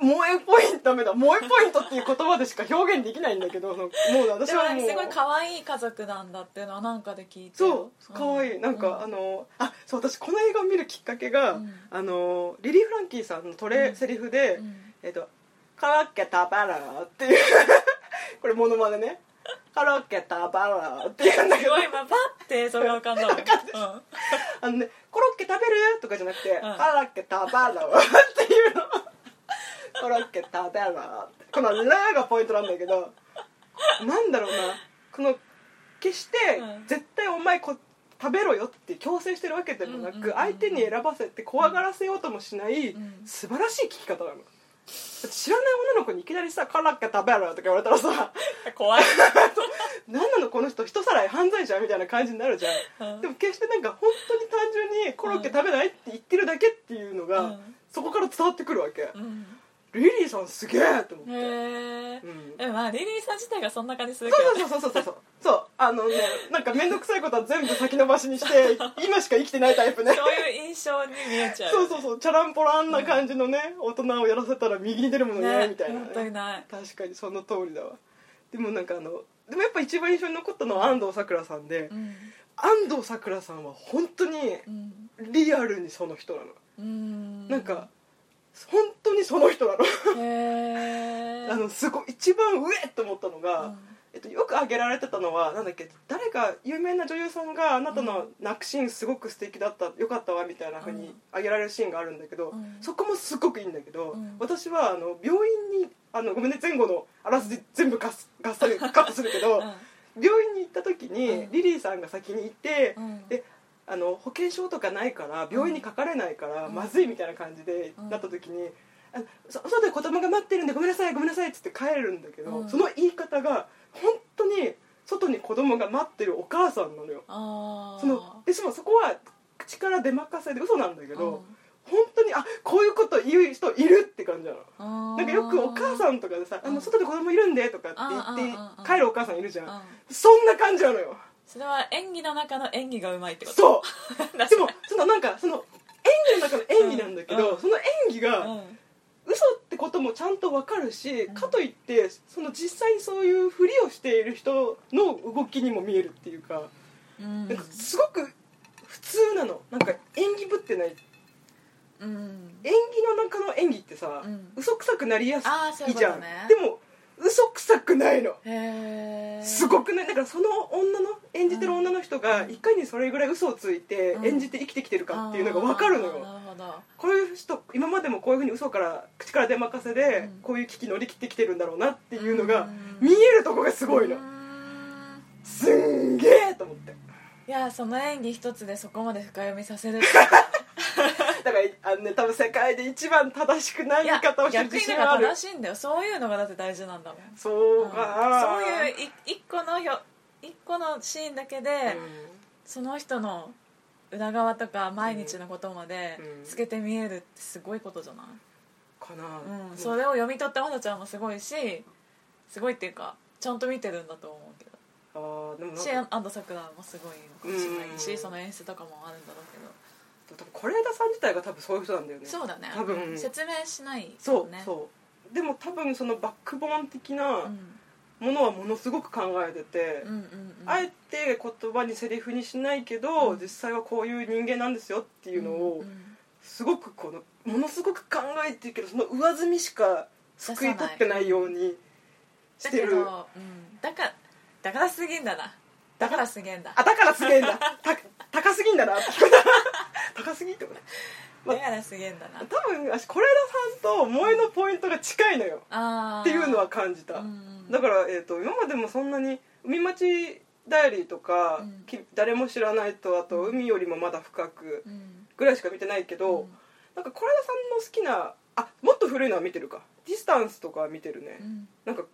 Speaker 1: 萌えポイントダメだ萌えポイントっていう言葉でしか表現できないんだけどそのもう私
Speaker 2: でも
Speaker 1: は
Speaker 2: なん
Speaker 1: も
Speaker 2: か
Speaker 1: う
Speaker 2: すごい可愛い家族なんだっていうのはなんかで聞いて
Speaker 1: そう可愛いなんか、あのあそう私この映画を見るきっかけが、
Speaker 2: うん
Speaker 1: あのリリー・フランキーさんのトレ、
Speaker 2: うん
Speaker 1: セリフで、
Speaker 2: うん
Speaker 1: えっと「カラッケタバラ」っていう これモノマネね「カラッケタバラ」って言うんだけ
Speaker 2: す
Speaker 1: ど
Speaker 2: ごい今パッてそれが浮かんだわうん
Speaker 1: あのね、コロッケ食べるとかじゃなくて、コロッケ食べろっていうの。コロッケ食べろって。このラがポイントなんだけど、なんだろうな。この、決して
Speaker 2: うん、
Speaker 1: 絶対お前こ食べろよって強制してるわけでもな
Speaker 2: うんうんうんう
Speaker 1: く、
Speaker 2: ん
Speaker 1: 相手に選ばせて怖がらせようともしない
Speaker 2: ん、
Speaker 1: 素晴らしい聞き方なの。だって知らない女の子にいきなりさ「コロッケ食べろ」とか言われたらさ
Speaker 2: 怖い
Speaker 1: 「何なのこの人人さらい犯罪者」みたいな感じになるじゃん
Speaker 2: うん
Speaker 1: でも決してなんか本当に単純にコロッケ食べないって言ってるだけっていうのが、
Speaker 2: うん
Speaker 1: そこから伝わってくるわけ、
Speaker 2: うん
Speaker 1: リリーさんすげえと思って、
Speaker 2: へえ
Speaker 1: うん
Speaker 2: でもまあリリーさん自体がそんな感じするけど
Speaker 1: そうそうそうそうそうそうあのねなんか面倒くさいことは全部先延ばしにして 今しか生きてないタイプね
Speaker 2: そういう印象に見えちゃう
Speaker 1: そうそうそうチャランポランな感じのね、大人をやらせたら右に出るものいないみたいな、
Speaker 2: ね、本当にない
Speaker 1: 確かにその通りだわでもなんかあのでもやっぱ一番印象に残ったのは安藤サクラさんで、
Speaker 2: うん
Speaker 1: 安藤サクラさんは本当に
Speaker 2: うん
Speaker 1: リアルにその人なの
Speaker 2: うん
Speaker 1: なんか本当にその人なの
Speaker 2: へえ
Speaker 1: あのすごい一番上と思ったのが、えっと、よく挙げられてたのはなんだっけ誰か有名な女優さんがあなたの泣くシーンすごく素敵だったよかったわみたいな風
Speaker 2: う
Speaker 1: に
Speaker 2: ん
Speaker 1: 挙げられるシーンがあるんだけど、
Speaker 2: うん
Speaker 1: そこもすごくいいんだけど、
Speaker 2: うん
Speaker 1: 私はあの病院にあのごめんね前後のあらすじ全部ガスガッ サリカットするけど、病院に行った時に
Speaker 2: うん
Speaker 1: リリーさんが先にいて、
Speaker 2: うんうん
Speaker 1: であの保険証とかないから病院にかかれないから
Speaker 2: うん
Speaker 1: まずいみたいな感じで
Speaker 2: うん
Speaker 1: なった時に「あそ外で子供が待ってるんでごめんなさいごめんなさい」っつって帰るんだけど、
Speaker 2: うん
Speaker 1: その言い方が本当に外に子供が待ってるお母さんなのよ
Speaker 2: あー
Speaker 1: そのでしかもそこは口から出まかせで嘘なんだけど、
Speaker 2: うん
Speaker 1: 本当にあこういうこと言う人いるって感じなの
Speaker 2: あー
Speaker 1: なんかよくお母さんとかでさ「あ
Speaker 2: う
Speaker 1: の
Speaker 2: ん
Speaker 1: 外で子供いるんで」とかって言
Speaker 2: うんうんうん
Speaker 1: っ
Speaker 2: うん
Speaker 1: て帰るお母さんいるじゃ
Speaker 2: うんん
Speaker 1: そんな感じなのよ
Speaker 2: それは演技の中の演技がうまいってこと
Speaker 1: そう
Speaker 2: うだ
Speaker 1: でもそのなんかその演技の中の演技なんだけど、
Speaker 2: うん
Speaker 1: その演技
Speaker 2: う
Speaker 1: が
Speaker 2: ん
Speaker 1: 嘘ってこともちゃんとわかるし、
Speaker 2: うん
Speaker 1: かといってその実際にそういうふりをしている人の動きにも見えるっていうか
Speaker 2: うん
Speaker 1: なんかすごく普通なのなんか演技ぶってない
Speaker 2: うん
Speaker 1: 演技の中の演技ってさ、
Speaker 2: うん
Speaker 1: 嘘くさくなりやす
Speaker 2: ああそうい
Speaker 1: いう
Speaker 2: こ
Speaker 1: じゃ
Speaker 2: と
Speaker 1: ん、
Speaker 2: ね
Speaker 1: でも嘘くさくないの
Speaker 2: へえ
Speaker 1: すごくないだからその女の演じてる女の人がいかにそれぐらい嘘をついて
Speaker 2: うん
Speaker 1: 演じて生きてきてるかっていうのが分かるのよ、
Speaker 2: あーなるほど
Speaker 1: こういう人今までもこういうふうに嘘から口から出まかせで、
Speaker 2: うん
Speaker 1: こういう危機乗り切ってきてるんだろうなっていうの
Speaker 2: う
Speaker 1: が
Speaker 2: ん
Speaker 1: 見えるとこがすごいうの
Speaker 2: ーん
Speaker 1: すんげえと思って
Speaker 2: いやその演技一つでそこまで深読みさ せるって
Speaker 1: だからあのね多分世界で一番正しくない
Speaker 2: い
Speaker 1: 言い
Speaker 2: や
Speaker 1: 方をしてる
Speaker 2: 逆
Speaker 1: 自
Speaker 2: に
Speaker 1: 信
Speaker 2: だ
Speaker 1: があ
Speaker 2: から
Speaker 1: る
Speaker 2: 正しいんだよそういうのがだって大事なんだもん
Speaker 1: そうか、
Speaker 2: そういうい一個のひょ一個のシーンだけで、その人の裏側とか毎日のことまで
Speaker 1: うん
Speaker 2: 透けて見えるってすごいことじゃない、
Speaker 1: かな、
Speaker 2: うんそれを読み取ったまさちゃんもすごいしすごいっていうかちゃんと見てるんだと思うけど
Speaker 1: あーでもなん
Speaker 2: し
Speaker 1: か
Speaker 2: 安藤サクラもすごいのかもしれないし、
Speaker 1: うん
Speaker 2: その演出とかもあるんだろうけど、
Speaker 1: 多分是枝さん自体が多分そういう人なんだよね
Speaker 2: そうだね
Speaker 1: 多分
Speaker 2: 説明しないよね
Speaker 1: そうそうでも多分そのバックボーン的
Speaker 2: う
Speaker 1: なんものはものすごく考えてて、
Speaker 2: うんうんうん
Speaker 1: あえて言葉にセリフにしないけど、
Speaker 2: うん
Speaker 1: 実際はこういう人間なんですよっていうのを
Speaker 2: んん
Speaker 1: すごくこのものすごく考えてるけどその上積みしかすくい取ってないようにし
Speaker 2: だ
Speaker 1: て
Speaker 2: け
Speaker 1: る
Speaker 2: ど、うん、だからだからすげえんだなだからすげえんだ
Speaker 1: あだからすげえんだた高すぎんだな 高すぎってことまあ
Speaker 2: だからすげえんだな
Speaker 1: 多分私是枝さんと萌えのポイントが近いのよ
Speaker 2: あー
Speaker 1: っていうのは感じた、
Speaker 2: うん
Speaker 1: だから、えー、と今までもそんなに「海町ダイアリー」とか、
Speaker 2: うん
Speaker 1: き誰も知らない」とあと「海よりもまだ深く
Speaker 2: うん」
Speaker 1: ぐらいしか見てないけど、なんか是枝さんの好きなあもっと古いのは見てるか「ディスタンス」とかは見てるね、
Speaker 2: うん
Speaker 1: なんか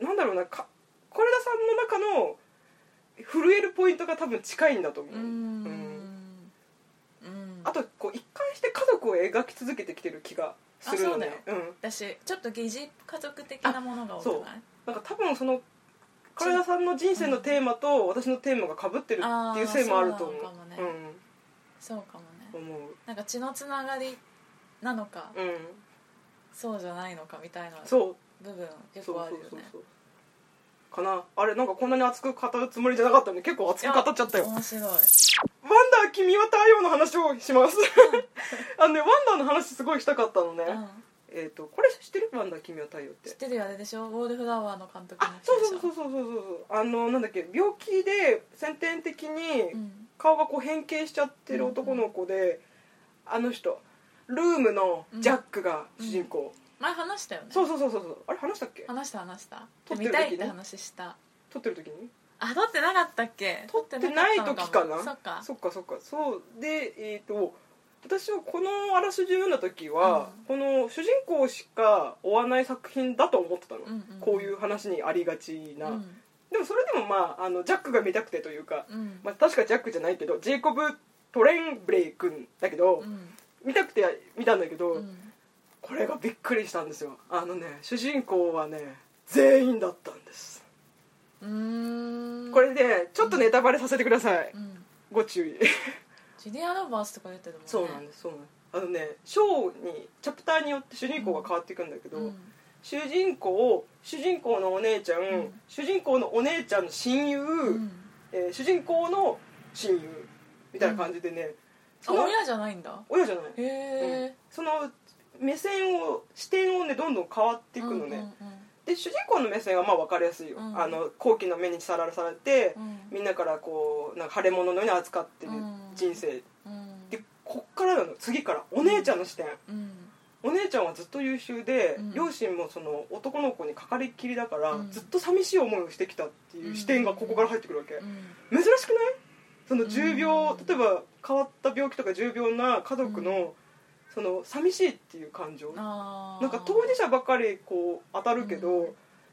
Speaker 1: なんだろうなか是枝さんの中の震えるポイントが多分近いんだと思う、
Speaker 2: うん
Speaker 1: うん
Speaker 2: うん
Speaker 1: あとこう一貫して家族を描き続けてきてる気がするのね
Speaker 2: あ
Speaker 1: うん
Speaker 2: 私ちょっと疑似家族的なものが多くない
Speaker 1: なんか多分その彼らさんの人生のテーマと私のテーマがかぶってるっていうせいもあると思う
Speaker 2: あーそうなのかもねそうかも
Speaker 1: う
Speaker 2: ね
Speaker 1: ん、思う
Speaker 2: なんか血のつながりなのか
Speaker 1: うん
Speaker 2: そうじゃないのかみたいな
Speaker 1: そう
Speaker 2: 部分結
Speaker 1: そう
Speaker 2: 構あ
Speaker 1: そ
Speaker 2: る
Speaker 1: う
Speaker 2: よ
Speaker 1: そう
Speaker 2: ね
Speaker 1: そうかなあれなんかこんなに熱く語るつもりじゃなかったのに結構熱く語っちゃったよ「ワン
Speaker 2: 面白い
Speaker 1: ダー君は太陽」の話をしますあのね「ワンダー」の話すごいしたかったのね、
Speaker 2: うん
Speaker 1: えっ、とこれ知ってる「ワンダー君は太陽」っ
Speaker 2: 知っててるよあれでしょウォールフラワーの監督の
Speaker 1: あ
Speaker 2: 人
Speaker 1: そう
Speaker 2: でし
Speaker 1: そ
Speaker 2: ょ
Speaker 1: うそうそうそうそうそうあのなんだっけ病気で先天的に
Speaker 2: うん
Speaker 1: 顔がこう変形しちゃってる男の子で、あの人ルームのジャックが主人公、
Speaker 2: 前話したよね
Speaker 1: そうそうそうそうそうあれ話したっけ
Speaker 2: 話した話した
Speaker 1: 撮って
Speaker 2: 見
Speaker 1: る時
Speaker 2: たいっ
Speaker 1: ね
Speaker 2: て話した
Speaker 1: 撮ってる時に
Speaker 2: あ撮ってなかったっけ
Speaker 1: 撮ってない
Speaker 2: 撮っ
Speaker 1: 時
Speaker 2: て
Speaker 1: か
Speaker 2: ったの
Speaker 1: な
Speaker 2: そっか
Speaker 1: そっかそっかそうでえっ、と私はこのあらすじ読んだ時は、この主人公しか追わない作品だと思ってたの、
Speaker 2: うんうんうん
Speaker 1: こういう話にありがちな、
Speaker 2: うん
Speaker 1: でもそれでもまああのジャックが見たくてというか、
Speaker 2: うん
Speaker 1: まあ、確かジャックじゃないけどジェイコブ・トレンブレイ君だけど、
Speaker 2: うん
Speaker 1: 見たくて見たんだけど、
Speaker 2: うん
Speaker 1: これがびっくりしたんですよあのね主人公はね全員だったんです
Speaker 2: うーん
Speaker 1: これでちょっとネタバレさせてください
Speaker 2: うん
Speaker 1: ご注意
Speaker 2: ジュリア・ロバースとか出てるもんね
Speaker 1: ですそうなんですあのね章にチャプターによって主人公が変わっていくんだけど、
Speaker 2: うん
Speaker 1: 主人公主人公のお姉ちゃん、
Speaker 2: ん
Speaker 1: 主人公のお姉ちゃんの親友、
Speaker 2: うん
Speaker 1: えー主人公の親友みたいな感じでね、
Speaker 2: あ
Speaker 1: その
Speaker 2: 親じゃないんだ
Speaker 1: 親じゃない、う
Speaker 2: へ
Speaker 1: ん
Speaker 2: え
Speaker 1: その目線を視点をねどんどん変わっていくのね、で主人公の目線はまあ分かりやすいよ、
Speaker 2: うん
Speaker 1: あの好奇の目にさらされて、みんなからこうなんか腫れ物のように扱ってる
Speaker 2: うん
Speaker 1: 人生、
Speaker 2: うん
Speaker 1: でこっからなの次からお姉ちゃんの視点、
Speaker 2: うん
Speaker 1: お姉ちゃんはずっと優秀で、
Speaker 2: うん
Speaker 1: 両親もその男の子にかかりっきりだから、
Speaker 2: うん
Speaker 1: ずっと寂しい思いをしてきたっていう視点がここから入ってくるわけ、
Speaker 2: うん
Speaker 1: 珍しくないその重病、
Speaker 2: うん
Speaker 1: 例えば変わった病気とか重病な家族の、その寂しいっていう感情、
Speaker 2: あー
Speaker 1: なんか当事者ばかりこう当たるけど、
Speaker 2: うん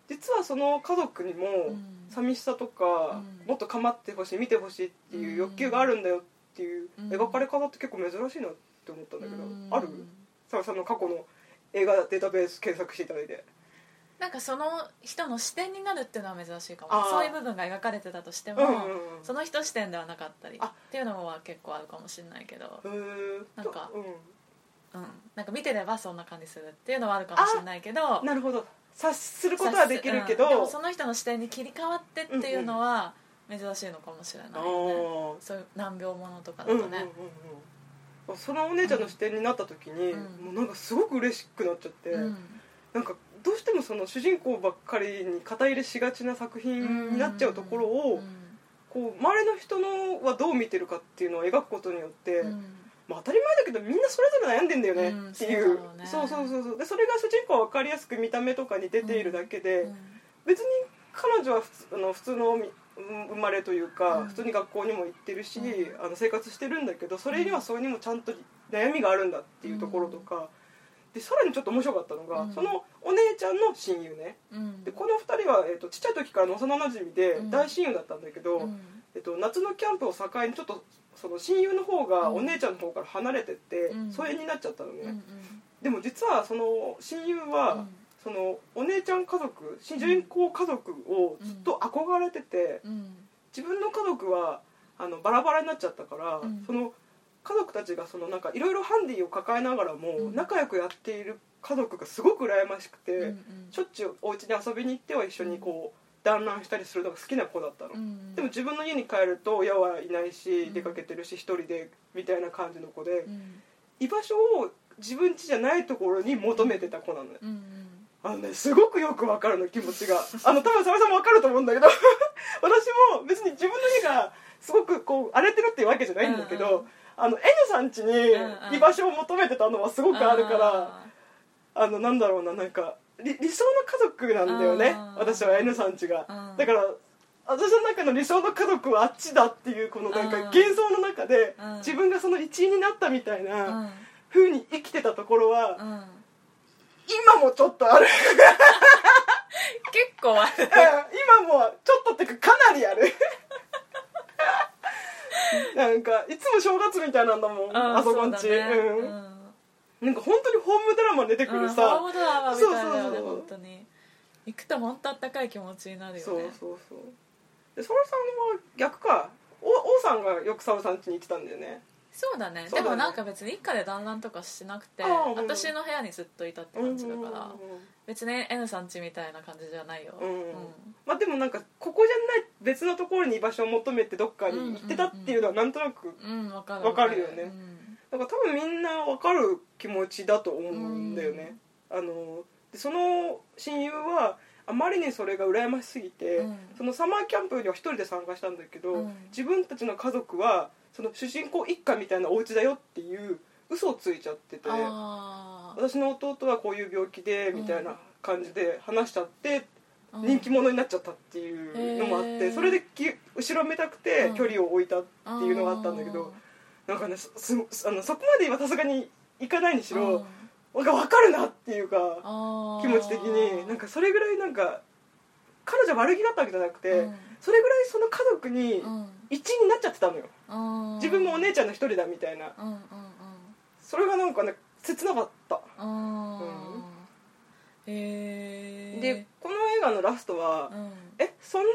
Speaker 1: 実はその家族に
Speaker 2: う
Speaker 1: も
Speaker 2: ん
Speaker 1: 寂しさとか、
Speaker 2: うん
Speaker 1: もっと構ってほしい見てほしいっていう欲求があるんだよっていう
Speaker 2: うん
Speaker 1: 描かれ方って結構珍しいなって思ったんだけど、
Speaker 2: うん
Speaker 1: あるさあさんの過去の映画データベース検索していただいて
Speaker 2: なんかその人の視点になるっていうのは珍しいか
Speaker 1: あ
Speaker 2: も
Speaker 1: ー
Speaker 2: そういう部分が描かれてたとして
Speaker 1: う
Speaker 2: も、
Speaker 1: んうん
Speaker 2: その人視点ではなかったり
Speaker 1: あ
Speaker 2: っていうのは結構あるかもしれないけど、
Speaker 1: うんへー
Speaker 2: なんか
Speaker 1: う
Speaker 2: うん、なんか見てればそんな感じするっていうのはあるかもしれないけど
Speaker 1: んなるほど察することはできるけ
Speaker 2: うんでも
Speaker 1: ど
Speaker 2: その人の視点に切り替わってっていうのは、珍しいのかもしれない
Speaker 1: あ
Speaker 2: よね
Speaker 1: ー
Speaker 2: そういう難病ものとかだ
Speaker 1: うんうん
Speaker 2: と
Speaker 1: うん
Speaker 2: ね
Speaker 1: うんそのお姉ちゃんの視点になった時に、
Speaker 2: うん
Speaker 1: もうなんかすごく嬉しくなっちゃって、
Speaker 2: うん
Speaker 1: なんかどうしてもその主人公ばっかりに肩入れしがちな作品になっちゃうところを、こう周りの人のはどう見てるかっていうのを描くことによって、
Speaker 2: うんうん
Speaker 1: まあ、当たり前だけどみんなそれぞれ悩んでんだよね
Speaker 2: うん
Speaker 1: っていう,、
Speaker 2: そ
Speaker 1: そうう
Speaker 2: だろ
Speaker 1: そうう
Speaker 2: ね
Speaker 1: そうそうでそれが主人公は分かりやすく見た目とかに出ているだけで、
Speaker 2: うん
Speaker 1: 別に彼女は普通あの普通のみうん生まれというか、
Speaker 2: うん
Speaker 1: 普通に学校にも行ってるし、
Speaker 2: う
Speaker 1: あの生活してるんだけどそれにはそれにもちゃんと悩みがあるんだっていうところとか、でさらにちょっと面白かったのが、
Speaker 2: うん
Speaker 1: そのお姉ちゃんの親友ね
Speaker 2: うん
Speaker 1: でこの2人は、えっとちっちゃい時からの幼なじみで
Speaker 2: うん
Speaker 1: 大親友だったんだけど、
Speaker 2: うん
Speaker 1: えっと、夏のキャンプを境にちょっとその親友の方がお姉ちゃんの方から離れてって、
Speaker 2: うん
Speaker 1: 疎遠になっちゃったのね、
Speaker 2: うんうん
Speaker 1: でも実はその親友は、そのお姉ちゃん家族主人公家族をずっと憧れてて、
Speaker 2: うん
Speaker 1: 自分の家族はあのバラバラになっちゃったから、
Speaker 2: うん
Speaker 1: その家族たちがそのなんかいろいろハンディを抱えながら
Speaker 2: う
Speaker 1: も
Speaker 2: ん
Speaker 1: 仲良くやっている家族がすごく羨ましくて、
Speaker 2: うんうん
Speaker 1: しょっちゅうお家に遊びに行っては一緒にこう団らんしたりするのが好きな子だったの。
Speaker 2: うん
Speaker 1: でも自分の家に帰ると親はいないし
Speaker 2: うん
Speaker 1: 出かけてるし一人でみたいな感じの子で
Speaker 2: うん
Speaker 1: 居場所を自分家じゃないところに求めてた子なのよ
Speaker 2: うんうん
Speaker 1: あのねすごくよくわかるの気持ち があの多分サメさんもわかると思うんだけど 私も別に自分の家がすごくこう荒れてるっていうわけじゃないんだけど、
Speaker 2: うんうん
Speaker 1: あの N さん家
Speaker 2: うんうん
Speaker 1: に居場所を求めてたのはすごくあるから、あのなんだろうななんか理理想の家族なんだよね
Speaker 2: あー
Speaker 1: 私は N さんちが
Speaker 2: うん
Speaker 1: だから私の中の理想の家族はあっちだっていうこのなんか
Speaker 2: うん
Speaker 1: 幻想の中で
Speaker 2: うん
Speaker 1: 自分がその一員になったみたい
Speaker 2: あー
Speaker 1: な風に生きてたところは
Speaker 2: うんうん
Speaker 1: 今もちょっとある
Speaker 2: 結構ある
Speaker 1: 今もちょっとっていうかかなりある なんかいつも正月みたいなんだもんあそこんち
Speaker 2: うだね
Speaker 1: うんなんか本当にホームドラマに出てく
Speaker 2: うん
Speaker 1: る
Speaker 2: ホ
Speaker 1: さ
Speaker 2: ームドラマみたいだよ
Speaker 1: そうそ
Speaker 2: ね
Speaker 1: うそう
Speaker 2: 本当に行くと本当あったかい気持ちになるよ
Speaker 1: そう
Speaker 2: ね
Speaker 1: そうそうでソラさんは逆かお王さんがよくサウさん家に来たんだよね
Speaker 2: そうだね
Speaker 1: そうだね
Speaker 2: でもなんか別に一家で団らんとかしなくて
Speaker 1: あーうん
Speaker 2: 私の部屋にずっといたって感じだか
Speaker 1: う
Speaker 2: ら
Speaker 1: ん
Speaker 2: 別に N さん家みたいな感じじゃないよ
Speaker 1: うんうん
Speaker 2: うん
Speaker 1: まあでもなんかここじゃない別のところに居場所を求めてどっかに行ってたっていうのはなんとなく
Speaker 2: うんわかる
Speaker 1: わかるよね
Speaker 2: うん
Speaker 1: なんか多分みんなわかる気持ちだと思うんだよね、あのでその親友はあまりにそれが羨ましすぎて、
Speaker 2: うん
Speaker 1: そのサマーキャンプには一人で参加したんだけど、
Speaker 2: うん
Speaker 1: 自分たちの家族はその主人公一家みたいなお家だよっていう嘘をついちゃってて
Speaker 2: あ
Speaker 1: 私の弟はこういう病気でみたいな感じで話しちゃって
Speaker 2: あ
Speaker 1: 人気者になっちゃったっていうのもあっ
Speaker 2: へ
Speaker 1: て
Speaker 2: ー
Speaker 1: それでき後ろめたくて
Speaker 2: うん
Speaker 1: 距離を置いたっていうのがあったんだけどなんかねすすあのそこまではさすがにいかないにしろなんか分かるなっていうか気
Speaker 2: 気
Speaker 1: 持ち的になん
Speaker 2: か
Speaker 1: かそれぐらいなんか彼女は悪気だったわけじゃなくてそれぐらいその家族に一員になっちゃってたのよ自分もお姉ちゃんの一人だみたいな
Speaker 2: うんうんうん
Speaker 1: それがなんかね切なかった
Speaker 2: あ
Speaker 1: う
Speaker 2: ーへえ
Speaker 1: でこの映画のラストは
Speaker 2: うん
Speaker 1: えそんな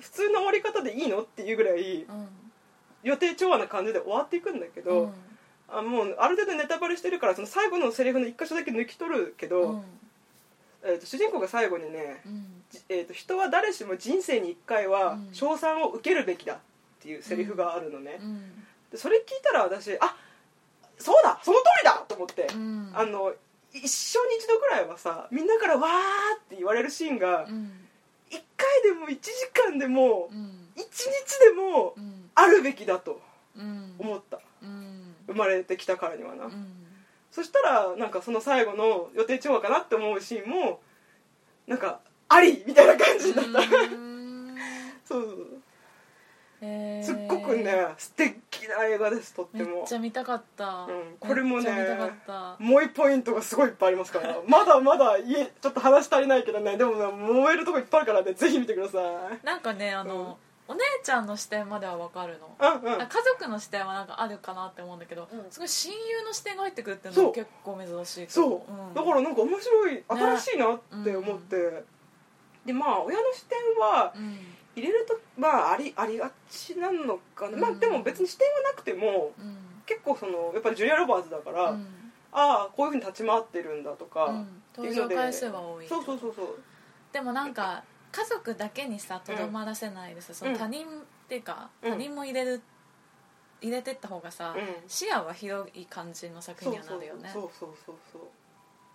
Speaker 1: 普通の終わり方でいいのっていうぐらい
Speaker 2: うん
Speaker 1: 予定調和な感じで終わっていくんだけど、
Speaker 2: うん
Speaker 1: あもうある程度ネタバレしてるからその最後のセリフの一箇所だけ抜き取るけど、
Speaker 2: うん
Speaker 1: えー、と主人公が最後にね、
Speaker 2: うん
Speaker 1: じえーと「人は誰しも人生に一回
Speaker 2: う
Speaker 1: は
Speaker 2: ん
Speaker 1: 称賛を受けるべきだ」っていうセリフがあるのね、
Speaker 2: うん
Speaker 1: でそれ聞いたら私あそうだその通りだと思って、
Speaker 2: うん
Speaker 1: あの一生に一度ぐらいはさみんなから「わー」って言われるシーンが
Speaker 2: うん
Speaker 1: 一回でも一時間でも
Speaker 2: うん
Speaker 1: 一日でも、
Speaker 2: うん
Speaker 1: あるべきだと
Speaker 2: うん
Speaker 1: 思った
Speaker 2: うん
Speaker 1: 生まれてきたからにはな、
Speaker 2: うん
Speaker 1: そしたらなんかその最後の予定調和かなって思うシーンもなんかありみたいな感じになった、
Speaker 2: うん
Speaker 1: そうそうそう
Speaker 2: へー
Speaker 1: すっごくね素敵な映画ですとって
Speaker 2: めっ
Speaker 1: も
Speaker 2: ちゃ見たかった
Speaker 1: うんこれもね
Speaker 2: めっちゃ見たかった
Speaker 1: 萌えポイントがすごいいっぱいありますから まだまだ家ちょっと話足りないけどねでもね燃えるとこいっぱいあるからねぜひ見てください
Speaker 2: なんかねあのお姉ちゃんの視点まではわかるの
Speaker 1: うんうん
Speaker 2: あ家族の視点はなんかあるかなって思うんだけど、
Speaker 1: うん
Speaker 2: すごい親友の視点が入ってくるっていうの
Speaker 1: そ
Speaker 2: は
Speaker 1: う
Speaker 2: 結構珍しいと
Speaker 1: そう
Speaker 2: 思、うん、
Speaker 1: だからなんか面白い新しいなって思って、でまあ親の視点は
Speaker 2: うん
Speaker 1: 入れるとまあありありがちなのかな、ま
Speaker 2: う
Speaker 1: あ
Speaker 2: ん
Speaker 1: でも別に視点はなくても
Speaker 2: うん
Speaker 1: 結構そのやっぱりジュリア・ロバーツだから、あ
Speaker 2: うん
Speaker 1: あこういうふうに立ち回ってるんだとか、
Speaker 2: うん登場回数は多い
Speaker 1: そうそうそうそう
Speaker 2: でもなんか家族だけにさとどまらせないでさ、その他人っていうか、
Speaker 1: うん
Speaker 2: 他人も入れる入れてった方がさ、
Speaker 1: うん
Speaker 2: 視野は広い感じの作
Speaker 1: そう
Speaker 2: 品にはなるよね
Speaker 1: そうそうそうそう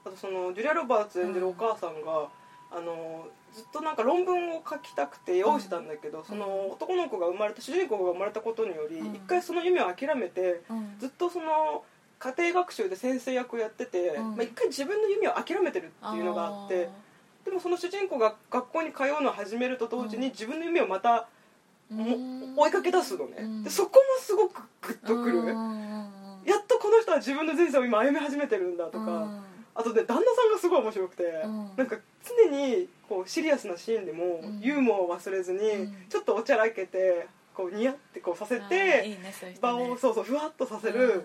Speaker 1: あとそのジュリア・ロバーツ演じるお母さんが、あのずっとなんか論文を書きたくて用意したんだけど、その男の子が生まれた主人公が生まれたことにより、
Speaker 2: うん
Speaker 1: 一回その夢を諦めて
Speaker 2: うん
Speaker 1: ずっとその家庭学習で先生役をやってて、
Speaker 2: うん
Speaker 1: まあ、一回自分の夢を諦めてるっていうのがあってでもその主人公が学校に通うのを始めると同時に
Speaker 2: うん
Speaker 1: 自分の夢をまた
Speaker 2: あー
Speaker 1: も
Speaker 2: うん
Speaker 1: 追いかけ出すのね、
Speaker 2: うん
Speaker 1: でそこもすごくグッとくる、
Speaker 2: うんうんうん
Speaker 1: やっとこの人は自分の人生を今歩み始めてるんだとか、あとね旦那さんがすごい面白くて、
Speaker 2: ん
Speaker 1: なんか常にこうシリアスなシーンでも
Speaker 2: うん
Speaker 1: ユーモアを忘れずに、
Speaker 2: うん
Speaker 1: ちょっとおちゃらけてこうニヤってこうさ
Speaker 2: う
Speaker 1: せ
Speaker 2: んあーい
Speaker 1: て、
Speaker 2: いねそういう人
Speaker 1: 場
Speaker 2: ね
Speaker 1: をそうそうふわっとさせ
Speaker 2: う
Speaker 1: る
Speaker 2: ん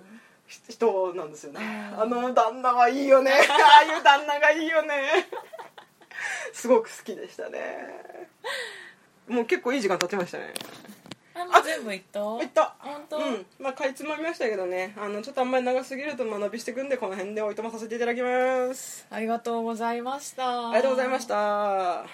Speaker 1: ひ人なんですよね、
Speaker 2: うん
Speaker 1: あの旦那はいい よねああいう旦那がいいよねすごく好きでしたねもう結構いい時間経ちましたね
Speaker 2: あもう全部言った
Speaker 1: いった
Speaker 2: 本当
Speaker 1: うんまあかいつまみましたけどねあのちょっとあんまり長すぎると学びしてくんでこの辺でおいとまさせていただきます
Speaker 2: ありがとうございました
Speaker 1: ありがとうございました